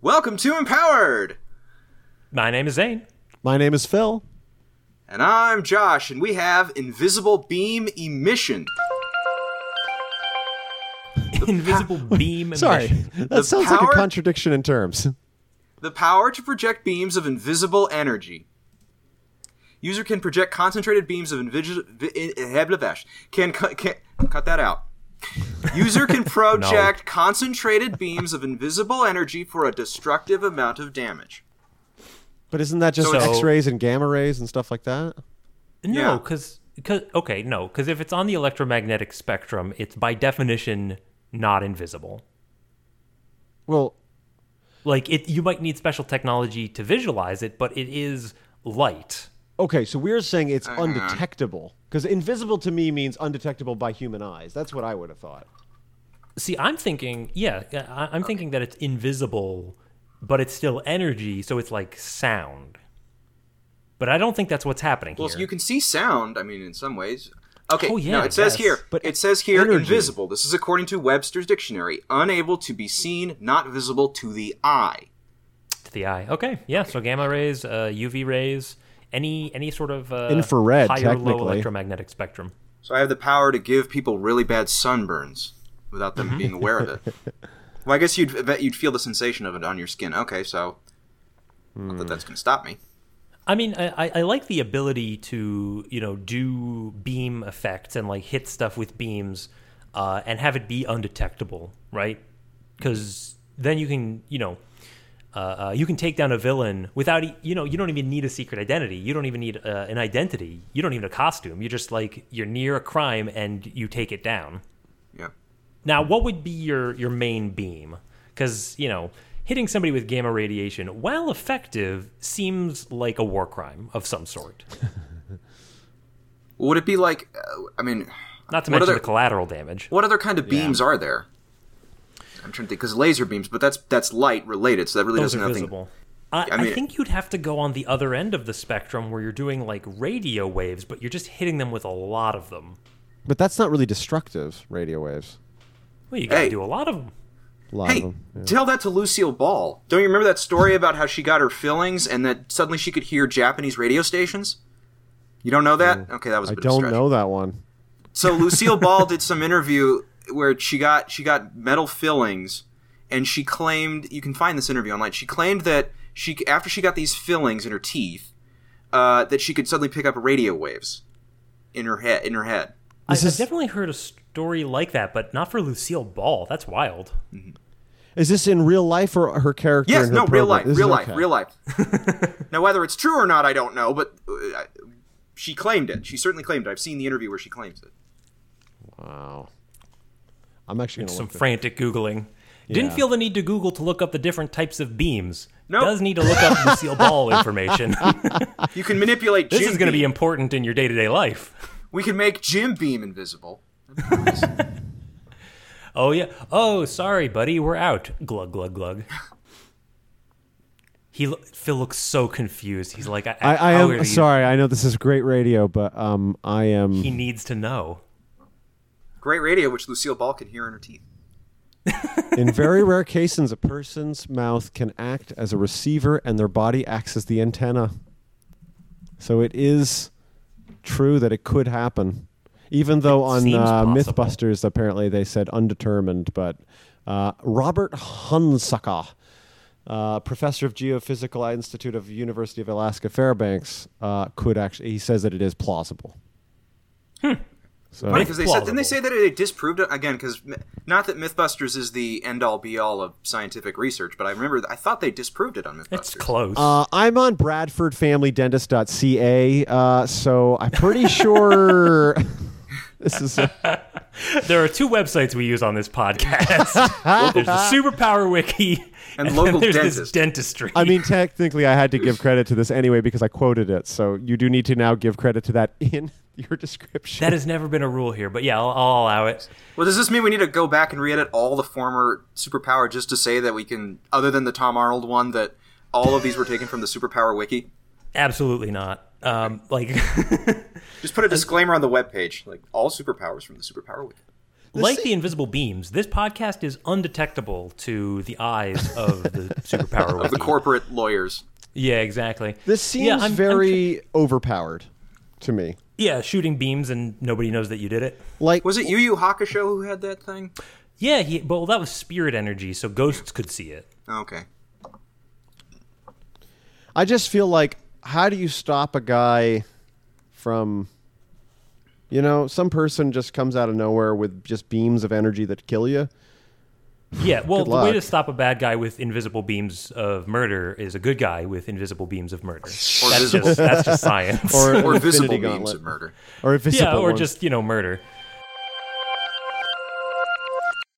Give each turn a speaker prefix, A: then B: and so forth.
A: Welcome to Empowered!
B: My name is Zane.
C: My name is Phil.
A: And I'm Josh, and we have Invisible Beam Emission.
B: Invisible beam. Emission.
C: Sorry, that sounds like
A: power-
C: a contradiction in terms.
A: The power to project beams of invisible energy. User can project concentrated beams of invisible. eh, Can, cu- can cut that out. User can project concentrated beams of invisible energy for a destructive amount of damage.
C: But isn't that just
A: So it's-
C: X-rays and gamma rays and stuff like that?
B: No,
A: Yeah.
B: because okay, no, because if it's on the electromagnetic spectrum, it's by definition not invisible.
C: Well,
B: Like it, you might need special technology to visualize it, but it is light.
C: okay, so we're saying it's undetectable because invisible to me means undetectable by human eyes. That's what I would have thought.
B: See, I'm thinking, yeah, I, I'm thinking that it's invisible, but it's still energy, so it's like sound. But I don't think that's what's happening
A: Well,
B: here.
A: you can see sound. I mean, in some ways. Okay.
B: Oh, yeah,
A: no, it says
B: yes.
A: here.
C: But
A: it says here
C: energy-
A: invisible. This is according to Webster's dictionary. Unable to be seen, not visible to the eye.
B: to the eye. Okay, yeah. So gamma rays, uh, UV rays, any any sort of uh,
C: Infrared,
B: high or low
C: technically.
B: electromagnetic spectrum.
A: So I have the power to give people really bad sunburns without them being aware of it. Well, I guess you'd I bet you'd feel the sensation of it on your skin. Okay, so not that that's
B: Hmm.
A: going to stop me.
B: I mean, I, I- I like the ability to you know do beam effects and like hit stuff with beams, uh, and have it be undetectable, right? Because then you can you know. Uh, uh, you can take down a villain without e- you know you don't even need a secret identity you don't even need uh, an identity you don't even a costume you're just like you're near a crime and you take it down
A: Yeah.
B: now, what would be your your main beam? Because you know, hitting somebody with gamma radiation, while effective, seems like a war crime of some sort.
A: Would it be like? Uh, I mean,
B: Not to
A: What
B: mention
A: other-
B: the collateral damage.
A: what other kind of beams are there? I'm trying to think because laser beams, but that's that's light related, so that really
B: Those
A: doesn't
B: are
A: have anything-
B: visible. I,
A: I
B: I,
A: mean-
B: think you'd have to go on the other end of the spectrum where you're doing like radio waves, but you're just hitting them with a lot of them.
C: But that's not really destructive. Radio waves,
B: Well, you gotta
A: Hey.
B: do a lot of them.
C: a lot of
A: Hey,
C: them.
A: tell that to Lucille Ball. Don't you remember that story about how she got her fillings and that suddenly she could hear Japanese radio stations? You don't know that? Okay, that was a
C: Mm. I
A: bit of a
C: don't
A: stretch.
C: know that one.
A: So Lucille Ball did some interview where she got she got metal fillings, and she claimed you can find this interview online. She claimed that she after she got these fillings in her teeth, uh, that she could suddenly pick up radio waves in her head. In her head,
B: I,
C: This
B: I've
C: is-
B: definitely heard a story like that, but not for Lucille Ball. That's wild.
C: Is this in real life or her character?
A: yes,
C: in her
A: no, real
C: program?
A: life,
C: This is
A: real life,
C: okay.
A: real life. now whether it's true or not, I don't know, but uh, I- she claimed it. She certainly claimed it. I've seen the interview where she claims it.
C: Wow. I'm actually gonna
B: some
C: look this-
B: frantic googling. Didn't
C: Yeah.
B: feel the need to Google to look up the different types of beams.
A: Nope.
B: Does need to look up Lucille Ball information.
A: You can manipulate.
B: this
A: Jim
B: is going to be
A: Beam.
B: important in your day to day life.
A: We can make Jim Beam invisible.
B: Oh yeah. Oh, sorry, buddy. We're out. Glug glug glug. He lo- Phil looks so confused. He's like, I,
C: I, I
B: how
C: am
B: are you-
C: sorry. I know this is great radio, but um, I am.
B: He needs to know.
A: Great radio, which Lucille Ball can hear in her teeth.
C: In very rare cases, a person's mouth can act as a receiver and their body acts as the antenna. So it is true that it could happen. Even though on
B: seems
C: uh,
B: possible.
C: Mythbusters, apparently they said undetermined, but uh, Robert Hunsucker, uh, professor of geophysical institute of University of Alaska Fairbanks, uh, could actually he says that it is plausible. So
A: Funny because they said didn't they say
B: plausible.
A: that they disproved it again? Because not that MythBusters is the end all be all of scientific research, but I remember I thought they disproved it on MythBusters.
B: It's close.
C: Uh, I'm on BradfordFamilyDentist.ca, uh, so I'm pretty sure this is.
B: there are two websites we use on this podcast. there's the Superpower Wiki
A: And
B: then
A: local
B: there's this
A: dentist.
B: dentistry.
C: I mean, technically, I had to give credit to this anyway because I quoted it. So you do need to now give credit to that in your description.
B: that has never been a rule here, but yeah, I'll, I'll allow it.
A: Well, does this mean we need to go back and re-edit all the former Superpower just to say that we can, other than the Tom Arnold one, that all of these were taken from the Superpower wiki?
B: Absolutely not. Um, like,
A: Just put a disclaimer on the webpage, like all superpowers from the Superpower wiki.
B: like
C: se-
B: the invisible beams, this podcast is undetectable to the eyes of the superpower.
A: of the
B: wiki.
A: corporate lawyers.
B: Yeah, exactly.
C: This seems
B: yeah, I'm- I'm tr-
C: very overpowered to me.
B: yeah, shooting beams and nobody knows that you did it.
C: Like
A: Was it Yu Yu Hakusho who had that thing?
B: Yeah, he, but well, that was spirit energy, so ghosts could see it.
A: Oh, okay.
C: I just feel like how do you stop a guy from you know, some person just comes out of nowhere with just beams of energy that kill you.
B: Yeah, well,
C: Good
B: the way to
C: luck.
B: stop a bad guy with invisible beams of murder is a good guy with invisible beams of murder.
A: Or
B: That's
A: visible,
B: just, that's just science.
C: Or, an
A: or
C: infinity
A: visible beams
C: gauntlet.
A: of murder.
C: Or a visible
B: yeah, or
C: one.
B: just you know murder.